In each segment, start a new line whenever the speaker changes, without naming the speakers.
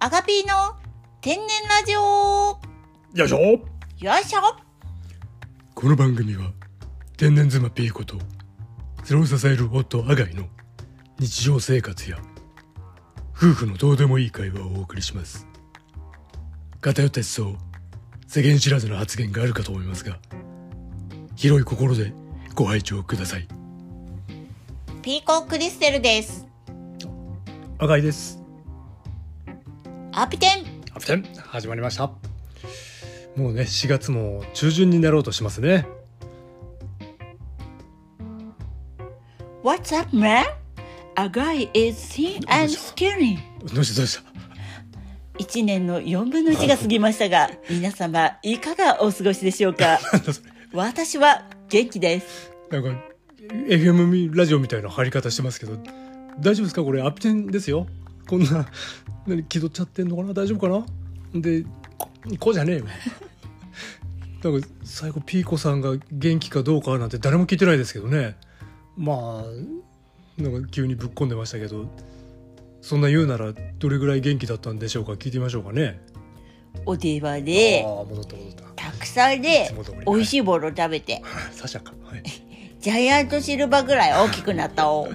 アガピーの天然ラジオ
よいしょ
よいしょ
この番組は天然妻ピーコとそれを支える夫アガイの日常生活や夫婦のどうでもいい会話をお送りします偏った思想世間知らずの発言があるかと思いますが広い心でご拝聴ください
ピーコクリステルです。
アガイです
アピテン
アプテン始まりましたもうね4月も中旬になろうとしますね
!What's up, man? A guy is thin and skinny.
どうしたどうした
一年の4分の1が過ぎましたが、皆様いかがお過ごしでしょうか
なんだそれ
私は元気です。
なんか FM ラジオみたいな入り方してますけど大丈夫ですかこれアピテンですよこんな何気取っちゃってんのかな大丈夫かなでここうじゃねえよ なんか最後ピーコさんが元気かどうかなんて誰も聞いてないですけどねまあなんか急にぶっ込んでましたけどそんな言うならどれぐらい元気だったんでしょうか聞いてみましょうかね
お電話
あ
で、
あ戻った戻 った
たくさん
い
で
つも通りはい
美味しいボールを食べて、
サシャかはい
ジャイアントシルバーぐらい大きくなったお。
お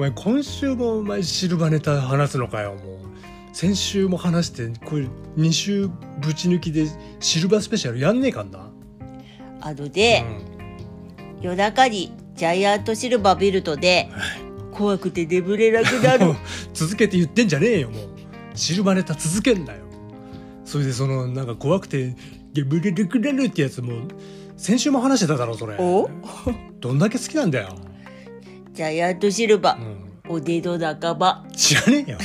前今週もお前シルバネタ話すのかよもう先週も話してこれ2週ぶち抜きでシルバースペシャルやんねえかんな、
あの
う
で、
ん、
夜中にジャイアントシルバービルドで怖くて眠れなくなる
もう続けて言ってんじゃねえよもうシルバネタ続けんなよそれでそのなんか怖くて「ゲブレルクレル」ってやつも先週も話してただろそれ
お
どんだけ好きなんだよ、
ジャイアントシルバ
う
ー、
ん、
おでの仲間
知らねえよ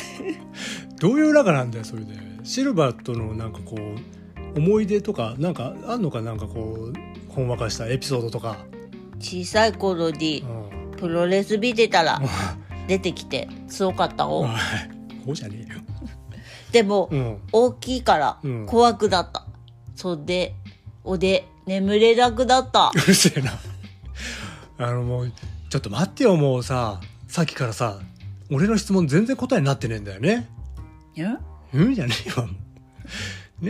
どういう仲なんだよそれでシルバーとのなんかこう思い出とかなんかあんのかなんかこうほんわかしたエピソードとか、
小さい頃に
うん、
プロレス見てたら
おい
出てきて強かった
おい
お
こうじゃねえよ
でも、
うん
大きいから
うん
怖くなった、そんでおで眠れなくなった
うるせえなあのもうちょっと待ってよもうささっきからさ俺の質問全然答えになってねえんだよね
ん
うんじゃねえわ。ね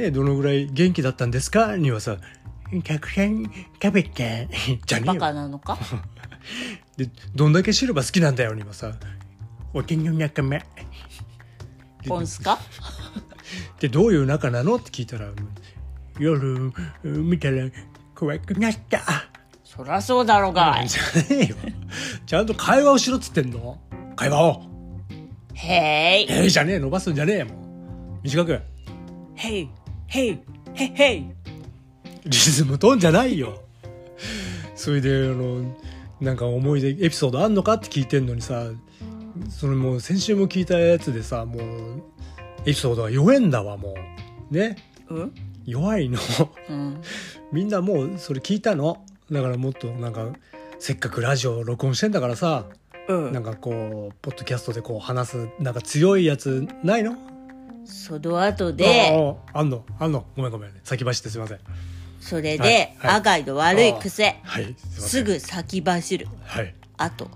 え、どのぐらい元気だったんですかにはさ、客船食べて、じゃねえ
バカ
よ。
なの か
で、どんだけシルバー好きなんだよにはさ、お手の仲間。
ポンスか
で、どういう仲なのって聞いたら、夜、見たら怖くなった。
そらそうだろうがい
じゃねえよ。ちゃんと会話をしろっつってんの。会話を。
へい
ええじゃねえ、伸ばすんじゃねえよ、もう。短く。
へいへいへいへい
リズム飛んじゃないよそれであのなんか思い出エピソードあんのかって聞いてんのにさそのもう先週も聞いたやつでさもうエピソードは弱えんだわもうね
うん
弱いの
うん
みんなもうそれ聞いたのだからもっとなんかせっかくラジオ録音してんだからさ
うん
なんかこうポッドキャストでこう話すなんか強いやつないの
その後で、
あああんのあんのごめんごめん先走ってすいません
それ
はい
で、
はい
アガイの悪い癖、
はいすいません
すぐ先走る。
はい
あと、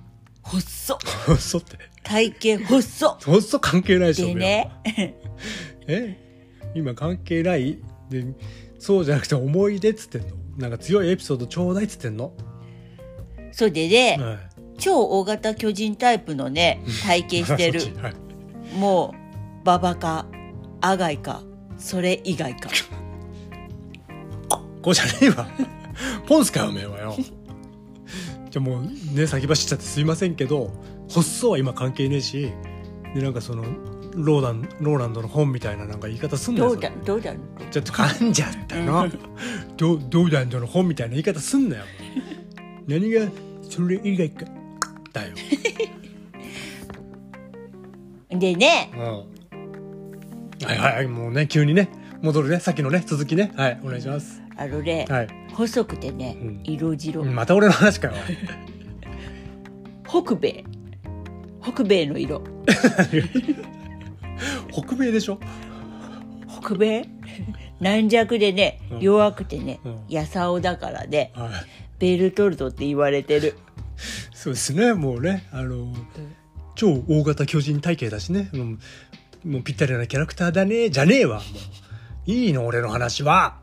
細っ。
嘘って
体型細っ。
そうそう関係ないでしょ
でね、
え今関係ないでそうじゃなくて思い出っつってんのなんか強いエピソードちょうだいっつってんの、
それでね、
はい
超大型巨人タイプのね、体型して
そっ
る。
ちはい
もう、ババか、アガイか、それ以外 か。
こうじゃねえわポンスかよおめえはよじゃあもうね先走っちゃってすいませんけど発想は今関係ねえしでなんかそのローランローランドの本みたいななんか言い方すんなよ
どうだ
そ、
どうだろう
れちょっと噛んじゃった のどうどうランドの本みたいな言い方すんなよ何がそれ以外かだよ
でね、
うんはいはいはいもうね急にね戻るねさっきのね続きねはいお願いします
あのね、
はい
細くてね
うん、
色白。
また俺の話かよ
北米。北米の色。
北米でしょ
北 米軟弱でね
うん
弱くてね、
うん
やさおだからね
はい
ベルトルトって言われてる
そうですねもうねあの超大型巨人体型だしね、うんもうぴったりなキャラクターだねじゃねえわもういいの俺の話は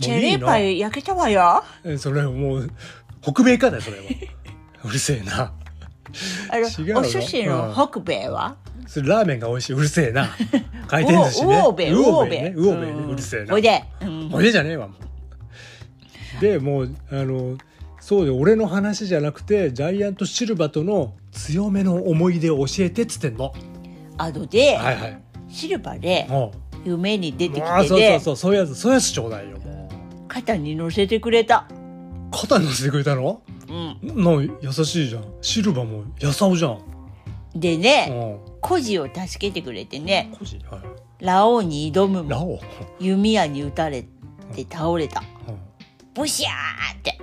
チ
もう
ェ
い
リ
い
ー
の
パイ焼けたわよ。
えそれはもう北米かだよそれは うるせえな
あ
違う
の、
の
お寿司の北米は
それラーメンが美味しいうるせえな回転寿司ね
おうおうべ、
う
お
お
う
べね
べ。
うおべね
ん
うるせえな
おいで。うん
俺じゃねえわもうでもうあのそうで俺の話じゃなくてジャイアントシルバとの強めの思い出を教えてっつってんの
あので、
はいはい
シルバーで
も
夢に出
う
て
もう
きて
そうそう
で、
そうそういうやつそういうやつちょうだいよもう
肩に乗せてくれた。
肩乗せてくれたの
うん
なん優しいじゃんシルバも優さおじゃんう
でね、
ん
孤児を助けてくれてね、
個人はい
ラオウに挑む
ラ
も
オウ
弓矢に撃たれて倒れた。
う
ブシャーって。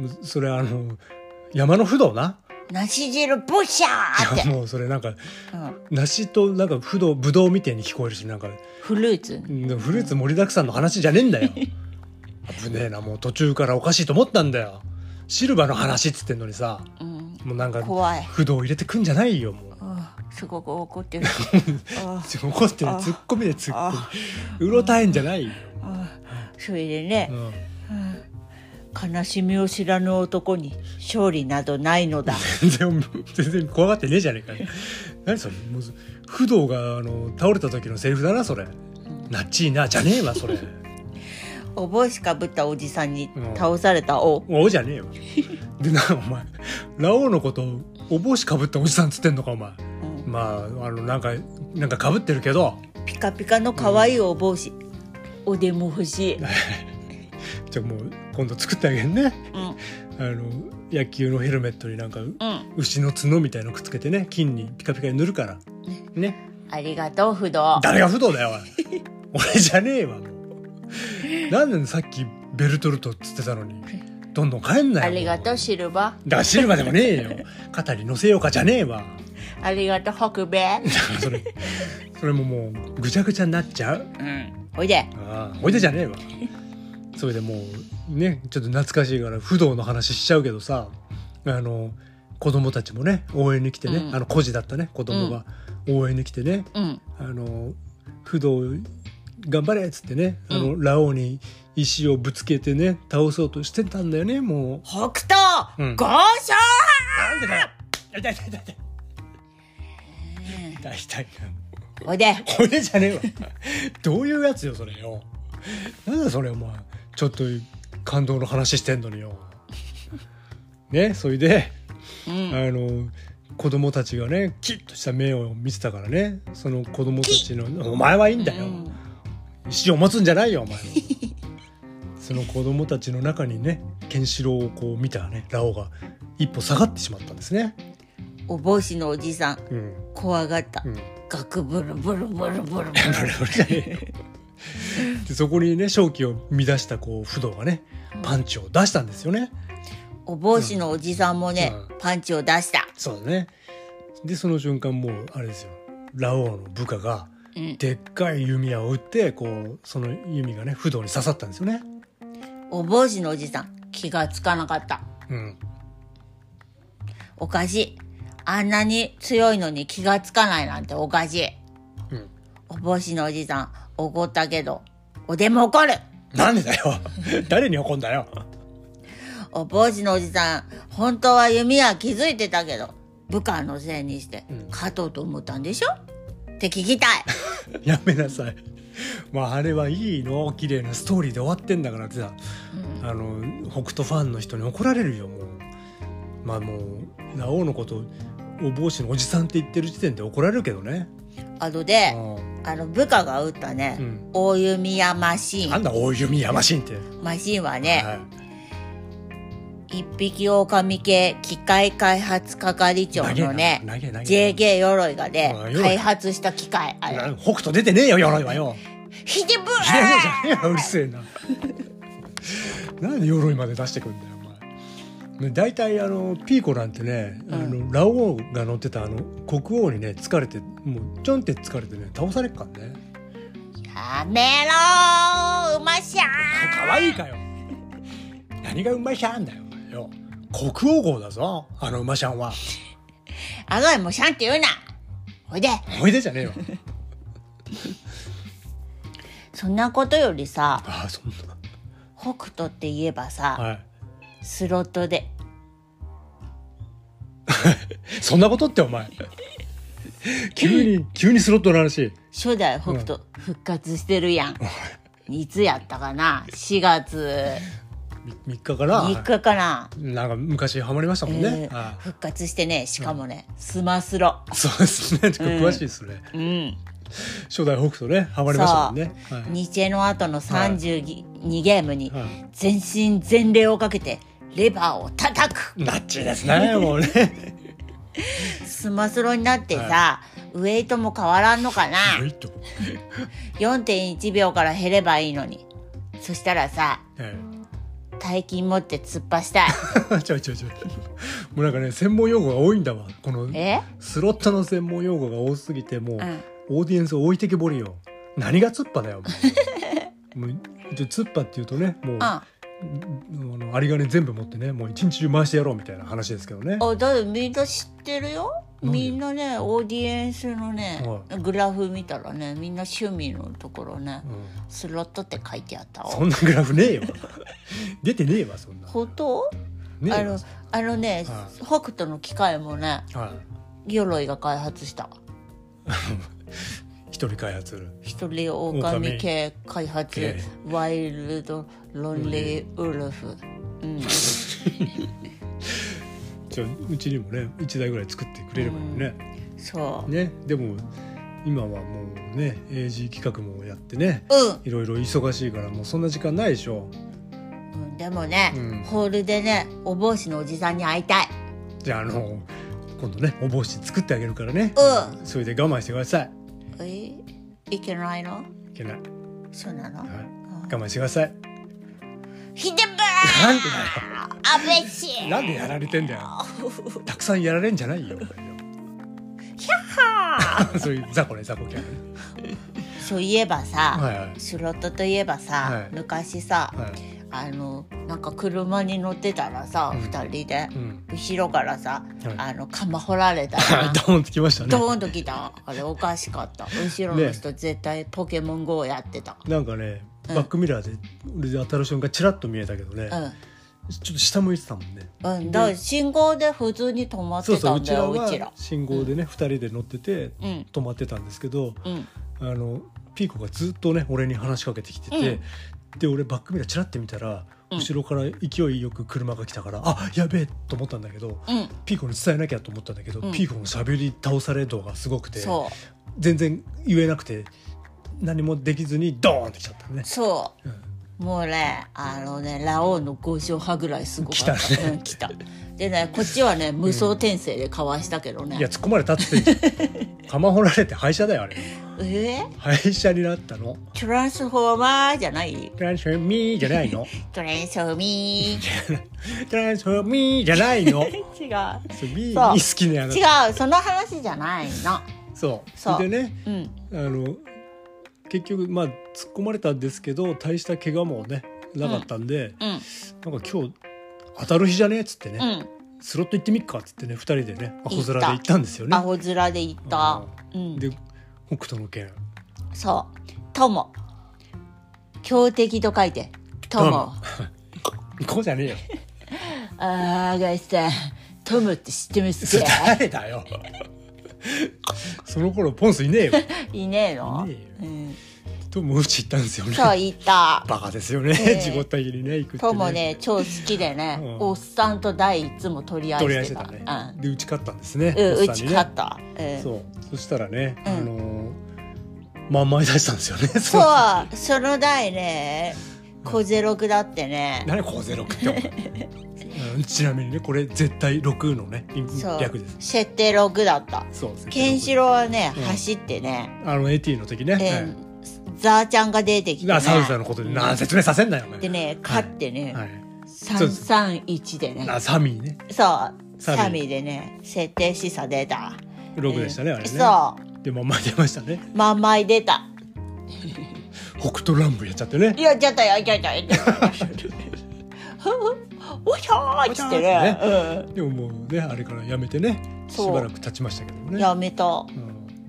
んむそれあの山の不動な
梨汁ブシャー
い
っ
や
て。
もうそれなんか
うん
梨となんか不動ぶどうみたいに聞こえるしなんか
フルーツ。
うんフルーツ盛りだくさんの話じゃねえん だよ危ねえなもう途中からおかしいと思ったんだよシルバーの話っつってんのにさ
うん
もうなんか
怖い。
不動入れてくんじゃないよも
う
う
んすごく怒ってる。あ
怒ってる
あ
ツッコミでツッコ
あ
ミうろたえんじゃないよ、
あそれでね
う、ん、
悲しみを知らぬ男に勝利などないのだ。
全然全然怖がってねえじゃねえかよ何それもう不動があの倒れた時のセリフだなそれなっちいなじゃねえわそれ
お帽子かぶったおじさんに倒された王。
おじゃねえよでなお前ラオウのことお帽子かぶったおじさんっつってんのかお前
うん
まあ、あの、なんか、なんか被ってるけど、
ピカピカの可愛いお帽子。おでも欲しい。
じゃあもう、今度作ってあげるね。
うん
あの、野球のヘルメットになんか、
うん。
牛の角みたいのくっつけてね、金にピカピカに塗るから。ね。
ありがとう不動。
誰が不動だよ、おい俺じゃねえわ、もう。なんなんさっき、ベルトルトっつってたのに、どんどん帰んなよ。
ありがとうシルバ
だからシルバーでもねえよ。肩に乗せようかじゃねえわ。
ー。ありがとう北米。
だからそれ、それももう、ぐちゃぐちゃになっちゃう。
うん。おいで。
ああおいでじゃねえわそれでもうねちょっと懐かしいから不動の話しちゃうけどさあの子供たちもね応援に来てね、
うん
あの孤児だったね子供が応援に来てね、
うん。
あの不動頑張れっつってね、あ
う
のラオウに石をぶつけてね倒そうとしてたんだよねも
北東、
うん
豪商
うなんでだよ痛い痛い痛い痛い痛い痛い
おいで。
これじゃねえわどういうやつよそれよなんだそれお前ちょっと感動の話してんのによねそれで、
うん。
あの子供たちがねキッとした目を見てたからねその子供たちのお前はいいんだよ、
うん
石を持つんじゃない よお前はその子供たちの中にねケンシロウをこう見たねラオウが一歩下がってしまったんですね
お帽子のおじさん、
うん
怖がった
う。ん
ガクブルブルブルブルブ ル。
ブルブルじゃねえよでそこにね正気を乱したこう不動がねパンチを出したんですよね。
お帽子のおじさんもね、
う
パンチを出した。
そうだねでその瞬間もうあれですよラオウの部下が
うん
でっかい弓矢を打ってこうその弓がね不動に刺さったんですよね。
お帽子のおじさん、気がつかなかった。
うん、
おかしい。あんなに強いのに気がつかないなんておかしい。
うん、
お帽子のおじさん、怒ったけど、おでも怒る。
なんでだ よ誰に怒んだよ。
お帽子のおじさん、本当は弓矢気づいてたけど、部下のせいにして
うん、
勝とうと思ったんでしょって聞きたい。
やめなさい。まああれはいいの綺麗なストーリーで終わってんだからってさ、あの北斗ファンの人に怒られるよもうまあもうラオウのことお帽子のおじさんって言ってる時点で怒られるけどね、
あと
う
で、
ん
あの、部下が撃ったね、
うん
大弓矢マシ
な
ー
ん
ン。
だ大弓やましいんって、
マシーンはね、
はい
一匹狼系機械開発係長のね、
投げ投げ投げ
JK 鎧がね
あ、鎧
開発した機械、あれ。
な北斗出てねえよ鎧はよ
ひでぶ
出てねえじゃねえようるせえななんで鎧まで出してくんだよお前ね大体あのピーコなんてね、あのラオウが乗ってたあの国王にね疲れてもうちょんって疲れてね倒されっかんね
やめろーうましゃ
可愛いかよ何がうまいシャンだよお前よ国王号だぞあのうまシャンは
ーあがいもシャンって言うなおいで
おいでじゃねえよ
そんなことよりさ
ああそんな
北斗って言えばさ、
はい
スロットで
そんなことってお前急に急にスロットの話
初代北斗復活してるやん、いつやったかな4月
み3日から
3日かな、
なんか昔ハマりましたもんね、
えー
あ
復活してねしかもね、スマスロ
あそうですねちょっと詳しいですね、
うん
初代北斗ねハマりましたもんね
そう、
はい
ニチェの後の32ゲームに
はい
全身全霊をかけてレバーを叩く
ナッチですねもうね
スマスロになってさ、ウエイトも変わらんのかな
はいと
4.1秒から減ればいいのにそしたらさ
え
大金持って突っ走 ったい
えちょいちょいちょいもうなんかね専門用語が多いんだわこの
え
スロットの専門用語が多すぎてもう、
うん
オーディエンスを置いてけぼりよ何が突っぱだよ もうもうちょ突っぱっていうとねもう、
うん
あの有り金全部持ってねもう一日中回してやろうみたいな話ですけどね
あだってみんな知ってるよ
何
みんなねオーディエンスのね
は
グラフ見たらねみんな趣味のところね
うん
スロットって書いてあったわ
そんなグラフねえよ出てねえわそんな
本当
ね
あ
えわ
のあのね、
は
北斗の機械もね
はい
鎧が開発したわ
一人開発
一人狼系開発
系
ワイルドロンリーウルフ、うん、
じゃあうちにもね一台ぐらい作ってくれればいいね、
そう
ねでも今はもうね AG 企画もやってね
う
いろいろ忙しいからもうそんな時間ないでしょ
ん、うん、でもね、
うん
ホールでねお帽子のおじさんに会いたい
じゃああの今度ねお帽子作ってあげるからね
う
それで我慢してください
えいけないの
いけない、はい、
そうなの、
我慢してください
ひでぶ
なんで
ー安倍氏
なんでやられてんだよたくさんやられんじゃないよ そういう雑魚ね雑魚キャラね
そういえばさ、
はいはい
スロットといえばさ、
はい
昔さ、
はい
あのなんか車に乗ってたらさ、
うん
二人で、
うん
後ろからさ、
はい
あの釜掘られた
はい
ら
ドーンときましたね
ドーンときたあれおかしか った後ろの人絶対ポケモン GO やってた、
なんかね
うん
バックミラーで俺で当たる瞬間チラッと見えたけどね、ちょっと下向いてたもんね
うん、うん、だから信号で普通に止まっ
そう
て
そ
た
うんうち
だ
ら
ようちら
は信号でね、二人で乗ってて
うん
止まってたんですけど
うん
あのピーコがずっとね俺に話しかけてきてて、で俺バックミラーチラッて見たら
うん
後ろから勢いよく車が来たから、あやべえと思ったんだけど
うん
ピーコに伝えなきゃと思ったんだけど、
うん
ピーコのしゃべり倒され度がすごくて
そう
全然言えなくて何もできずにドーンってきちゃったね。
そう
うん
もうねあのねラオウの五勝派ぐらいすごかった
来たね
うん、来たでねこっちはね無双転生でかわしたけどね、
いや突っ込まれたっつっ てんじゃん釜掘られて廃車だよあれ
えー、
廃車になったの
トランスフォーマーじゃない
トランスフォーミーじゃないの
トランスフォーミ
トランスフォーミーじゃないの
ー違う
そうミーミ
そう
ー好きねあなた
違うその話じゃないの
そう
そう
それでね
うん
あの結局まあ突っ込まれたんですけど大した怪我もねなかったんで、
うん
なんか今日当たる日じゃねえっつってね、
うん
スロット行ってみっかっつってね二人でねアホ面で
行った
行ったんですよね
アホ面で行ったうん
で北斗の拳
そう友強敵と書いて友
こうじゃねえよ
あーがいさんトムって知ってます
それ
か
誰だよその頃ポンスいねえよ
いねえの
いねえ
うん、
ともうち行ったんですよね
そうい た
バカですよね、
ええ
自己体にね行くって
トモね超好きで ね、
うん
おっさんと大いつも取り合い
とりあえ
し
ず
て
だ
た
ね、で打ち勝ったんですね、
うん、うん
おっ
う
さん
ち
に
勝
ね
った、うん
そうそしたらね、
うん
あのーまんまい出したんですよね
そううその代ね小ゼロクだってね
何こうゼロってお前うんちなみにねこれ絶対6のね
そう
略です
設定6だった
そう
ケンシロウはね、
うん
走ってね、
あの AT の時ね、
えーザーちゃんが出てきて、
は
ね、
い、サウザーのことで、なあ説明させんなよお前
でね勝ってね、
はい
331でね
あサミーね
そう
サミー
サミーでね設定示唆出た
6でしたね、あれね
そう
でまんまい出ましたね
まんまい出た
北斗乱舞やっちゃってね
やっちゃったよやっちゃったよやっちゃったよおひょーっつってね
でももうねあれからやめてねし
そう
ばらく経ちましたけど
うん、
ね、
やめた
うん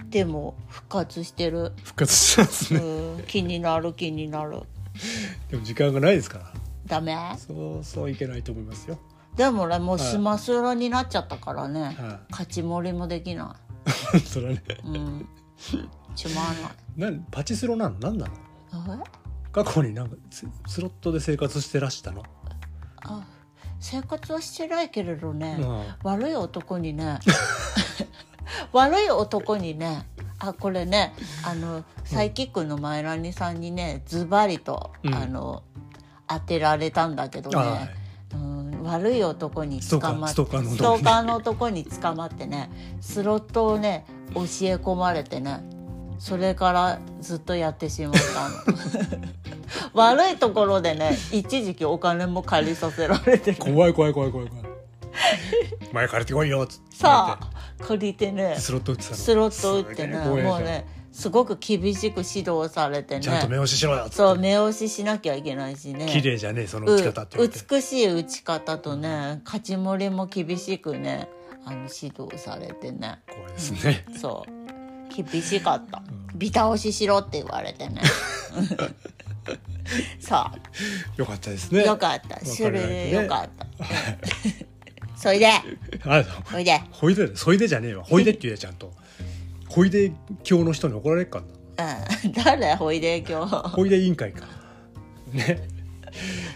でも復活してる、
復活したんです
う
ね
ん、気になる気になる
でも時間がないですから
ダメ
そうそういけないと思いますよ
でもねもう
はい
スマスロになっちゃったからね、
は
勝ち盛りもできない
それはね
いうんつま
なんパチスロなの何なの
んないえ
過去になんかススロットで生活してらしたの、
あ生活はしてないけれどね、
うん
悪い男にね 悪い男にねあこれねあのサイキックの前ラニさんにねズバリと、
うん
あの当てられたんだけどね、
は
うん、悪い男に捕まって
ストーカー
ス
ス
ト
ト
ー
ー
カ
カ
ーの男に捕まってねスロットをね教え込まれてねそれからずっとやってしまったの 悪いところでね一時期お金も借りさせられて
い、怖い怖い怖い怖い怖い前からてこいよっつって
さあ借りてね
スロット打ってたの
スロット打ってね
すごい
もう
じゃん
ねすごく厳しく指導されて
ちゃんと
ね
目押ししろよっつ
そう
って
目押ししなきゃいけないしね
綺麗じゃねえその
う
打
ん
ち方って言われて
美しい打ち方とね勝ち盛りも厳しくねあの指導されてね
怖いですね
そう厳しかったビタ押ししろって言われて ねさ
よかったです
あ
ね
よかったそれでよかったそいで
たあ
そいで
ほいでそいでじゃねえわほいでって言えちゃんと ほいで教の人に怒られっかんな
うん誰ほいで今日
ほいで委員会かね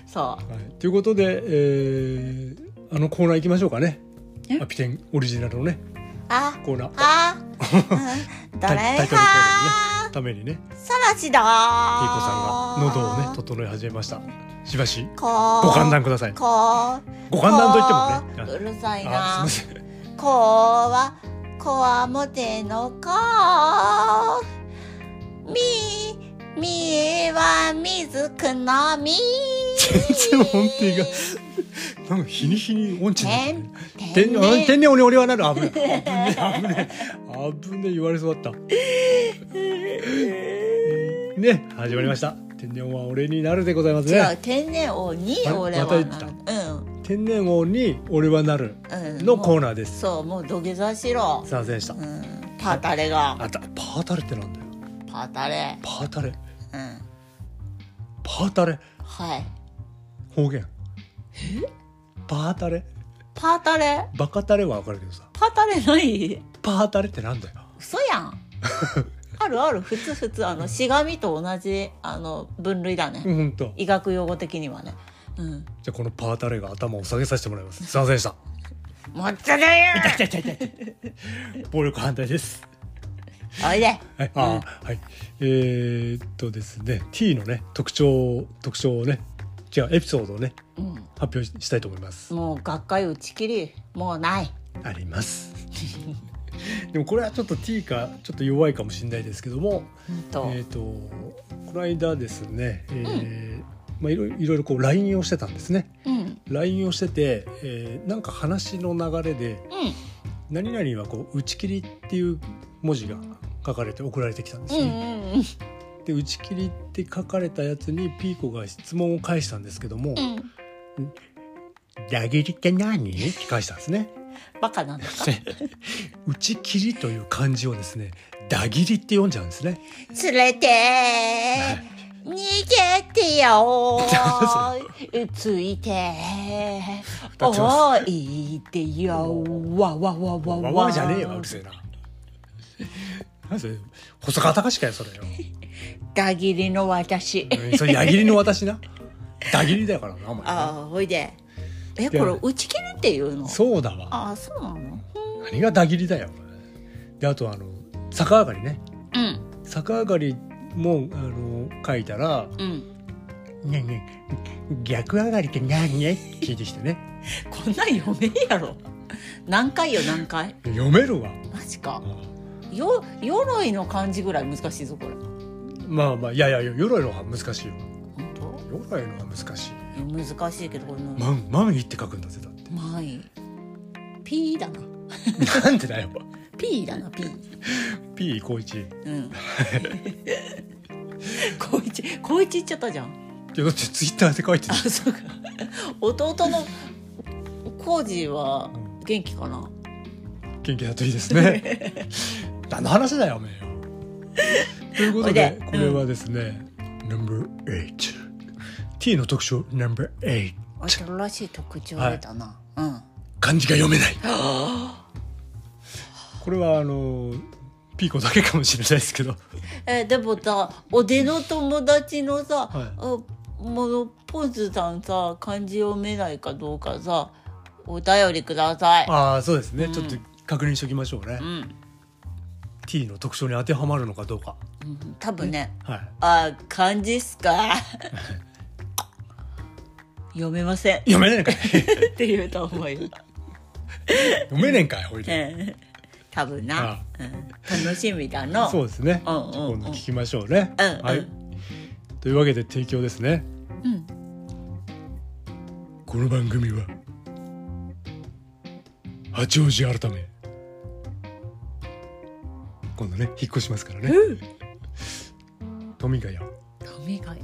そ
はい、ということで、えーあのコーナー行きましょうかねアピテンオリジナルのね
うあ
コーナー
あ、うん、ド
タイ
レ
タイ
イ
トルコーナー
ハ
のねためにね
ーさらしだー
ピーコさんが喉をね整え始めましたしばし
こ
ご勘
断
断ください
こ
ご勘断といってもね
うるさいな
あすいません
こはこわもてのこみみはみずくのみ
全然音程がなんか日に日に音痴になって
て
る
んて
て
ん
んあ
ね
てんねおにおりはなる危 ねえ危ねえ危ねえ言われそうだったね始まりました天然は俺になるでございます
違う
ね
天然王に
あれ
俺は
また言
なる
天然王に俺はなる
うんうん
のコー
ナ
ナーです
そうもう土下座しろ
すいませんでした
うんパータレが
あたパータレってなんだよ
パータレ
パータレ
うん
パータレ
はい
方言パータレ
パータレ
バカタレはわかるけどさ
パータレない
パータレってなんだよ
嘘や んあるある普通普通あのしがみと同じあの分類だね、
うんほんと
医学用語的にはねうん
じゃあこのパータレが頭を下げさせてもらいますすいませんでした
もっとだよ
痛い痛い痛い痛い暴力反対です
おいで
はい、あーはい。えーっとですね、T のね、特徴、特徴をね、違う、エピソードをね、
うん
発表ししたいと思います。
もう学会打ち切りもうない
あり ます。でもこれはちょっと T か、ちょっと弱いかもしれないですけども、
うん
え
と、
ーっと、この間ですね、えーまあ、いろいろいろいろこう LINE をしてたんですね
うん
LINE をしてて、えーなんか話の流れ
う
で
ん
「何々はこう打ち切り」っていう文字が書かれて送られてきたんです
う
ね、
んうん
で打ち切りって書かれたやつにピーコが質問を返したんですけども
うん
「裏切りって何?」って返したんで すね。
バカなんだ
で打ち切りという漢字をですね「裏切り」って読んじゃうんですね。
連れて 逃げてよ ついて
歌ってま
おいでよわわわわ
わ
わ
わじゃねえようるせえな。なんそれ細川隆かよそれよ。
裏切りの私
うんそれ裏切りの私な。裏切りだからなお前な。
ああほいでえ
で
これ打ち切りっていうの
そうだわ。
ああそうなの
何が裏切りだよ。であとあの逆上がりね。
うん
逆上がりもあの書いたら
うん
ねえねえ逆上がりって何ね聞いてきてね
こんなん読めんやろ何回よ何回
読めるわ
マジかよ鎧の漢字ぐらい難しいぞこれ
まあまあいやいや鎧のは難しいよ
本
鎧のは難しい
当難しいけどこれ
「万万一」って書くんだぜだっ
まい P だな
てなんでだよ
P だな P
P 高一
うん 高一高一行っちゃったじゃん
いやだってツイッターで書いて
あ
る
そうか弟の浩二は元気かな
元気だといいですね何の話だよおめえよということで
ほい
こ
で
れはですね、No.8T の特徴 No.8
新しい特徴出たな、うん
漢字が読めないこれはあのピーコだけかもしれないですけど
えーでもさ俺の友達のさ、
はい
あもうポンズさんさ漢字読めないかどうかさお便りください。
ああそうですね、
うん
ちょっと確認しておきましょうね、
うん
T の特徴に当てはまるのかどうか
うん、多分ね
はい
あー漢字っす か 読めません
読めねえんかい
って言うと思うよ。
読めねえんかいおいで
うん多分な
あ、
うん、楽しみだの。
そうですね、
うんうんうん
じゃあ今度聞きましょうね、
うんうん
はいというわけで提供ですね
うん
この番組は八王子改め今度ね引っ越しますからね、富ヶ谷、ね
ダメかよ。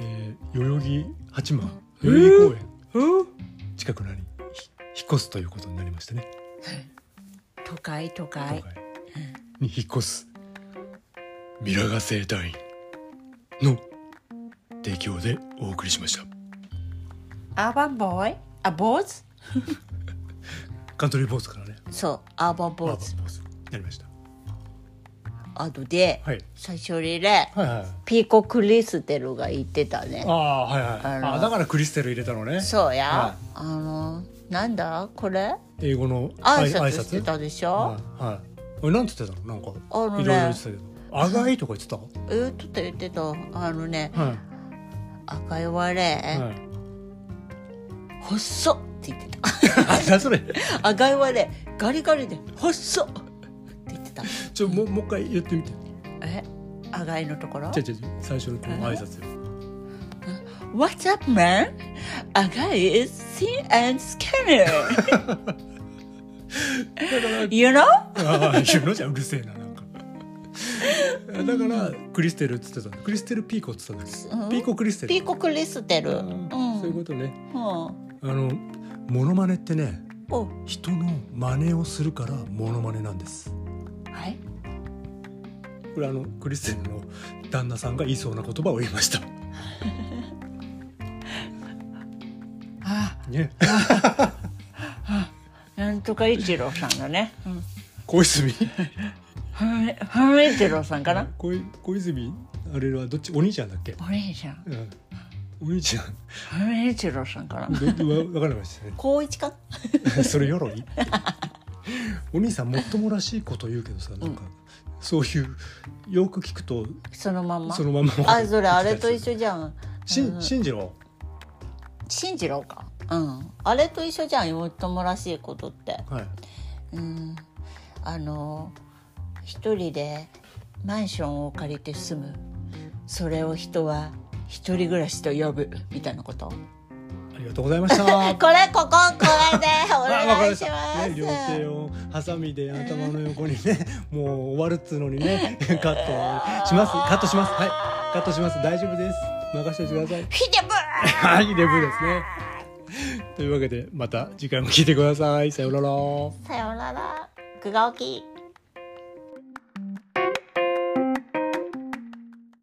えー、代々木八幡代々木公園、
うん
近くなりひ引っ越すということになりましたね
都会都
今
会。
回に引っ越すミラガ生団員の提供でお送りしました
アーバンボーイあ坊主
カントリーボースからね
そうアーバンボー
ボ
ズ
スやりました
あとで、
はい
最初にね
はいはい
ピーコ・クリステルが言ってたね
ああはいはい
あの
あだからクリステル入れたのね
そうや、
は
あのなんだこれ
英語のあ
挨
い
拶してたでしょ
は、いはい俺なんて言ってたのなんか
あのね
いろいろ言ってたけどあがいとか言ってた
えーちょっと言ってたあのね
はい
赤いわれ、
はい
細っって言ってた
あなんそれ
赤いわれガリガリで細っって言ってた
ちょもうもう一回言ってみて
え赤いのところ
じゃじゃ最初のこの挨拶よ
What's up, man? Agai is thin and skinny. you know?
ああ言うのじゃうるせえななんかだからクリステルっつってたのクリステルピーコっつってたんだけ
うん
どピーコクリステル
ピーコクリステル。う
あ
ん。
ーそういうことね
うん
あのモノマネってね
お、
人の真似をするからモノマネなんです
はい。
これあのクリステルの旦那さんが言いそうな言葉を言いました
あ
ね
ー、なんとか一郎さんだね。うん。
小泉
ハム一郎さんかな。
小い小泉あれはどっちお兄ちゃんだっけ
お兄ちゃん。
うんお兄ちゃん
ハム一郎さんかな。
どわ分からないですね
高一か。
それよろいお兄さんもっともらしいこと言うけどさなんか、そういうよく聞くと
そのまんま
そ。のまま
あ、それあれと一緒じゃん。
し
うん
ん信じろ
信じろうか。うん。あれと一緒じゃん。妹もらしいことって。
はい
うん、あの一人でマンションを借りて住むそれを人は一人暮らしと呼ぶみたいなことこ
ありがとうござい ました
れこここれで お願いしま
あ
す、
わかりました ね、両手をハサミで頭の横にね、もう終わるっつうのにね、 カットします。カットします。はい、カットします。大丈夫です。任せてください。
ひでぶ
はい、レブですね。というわけで、また次回も聞いてください。さようなら。
さようならくがおき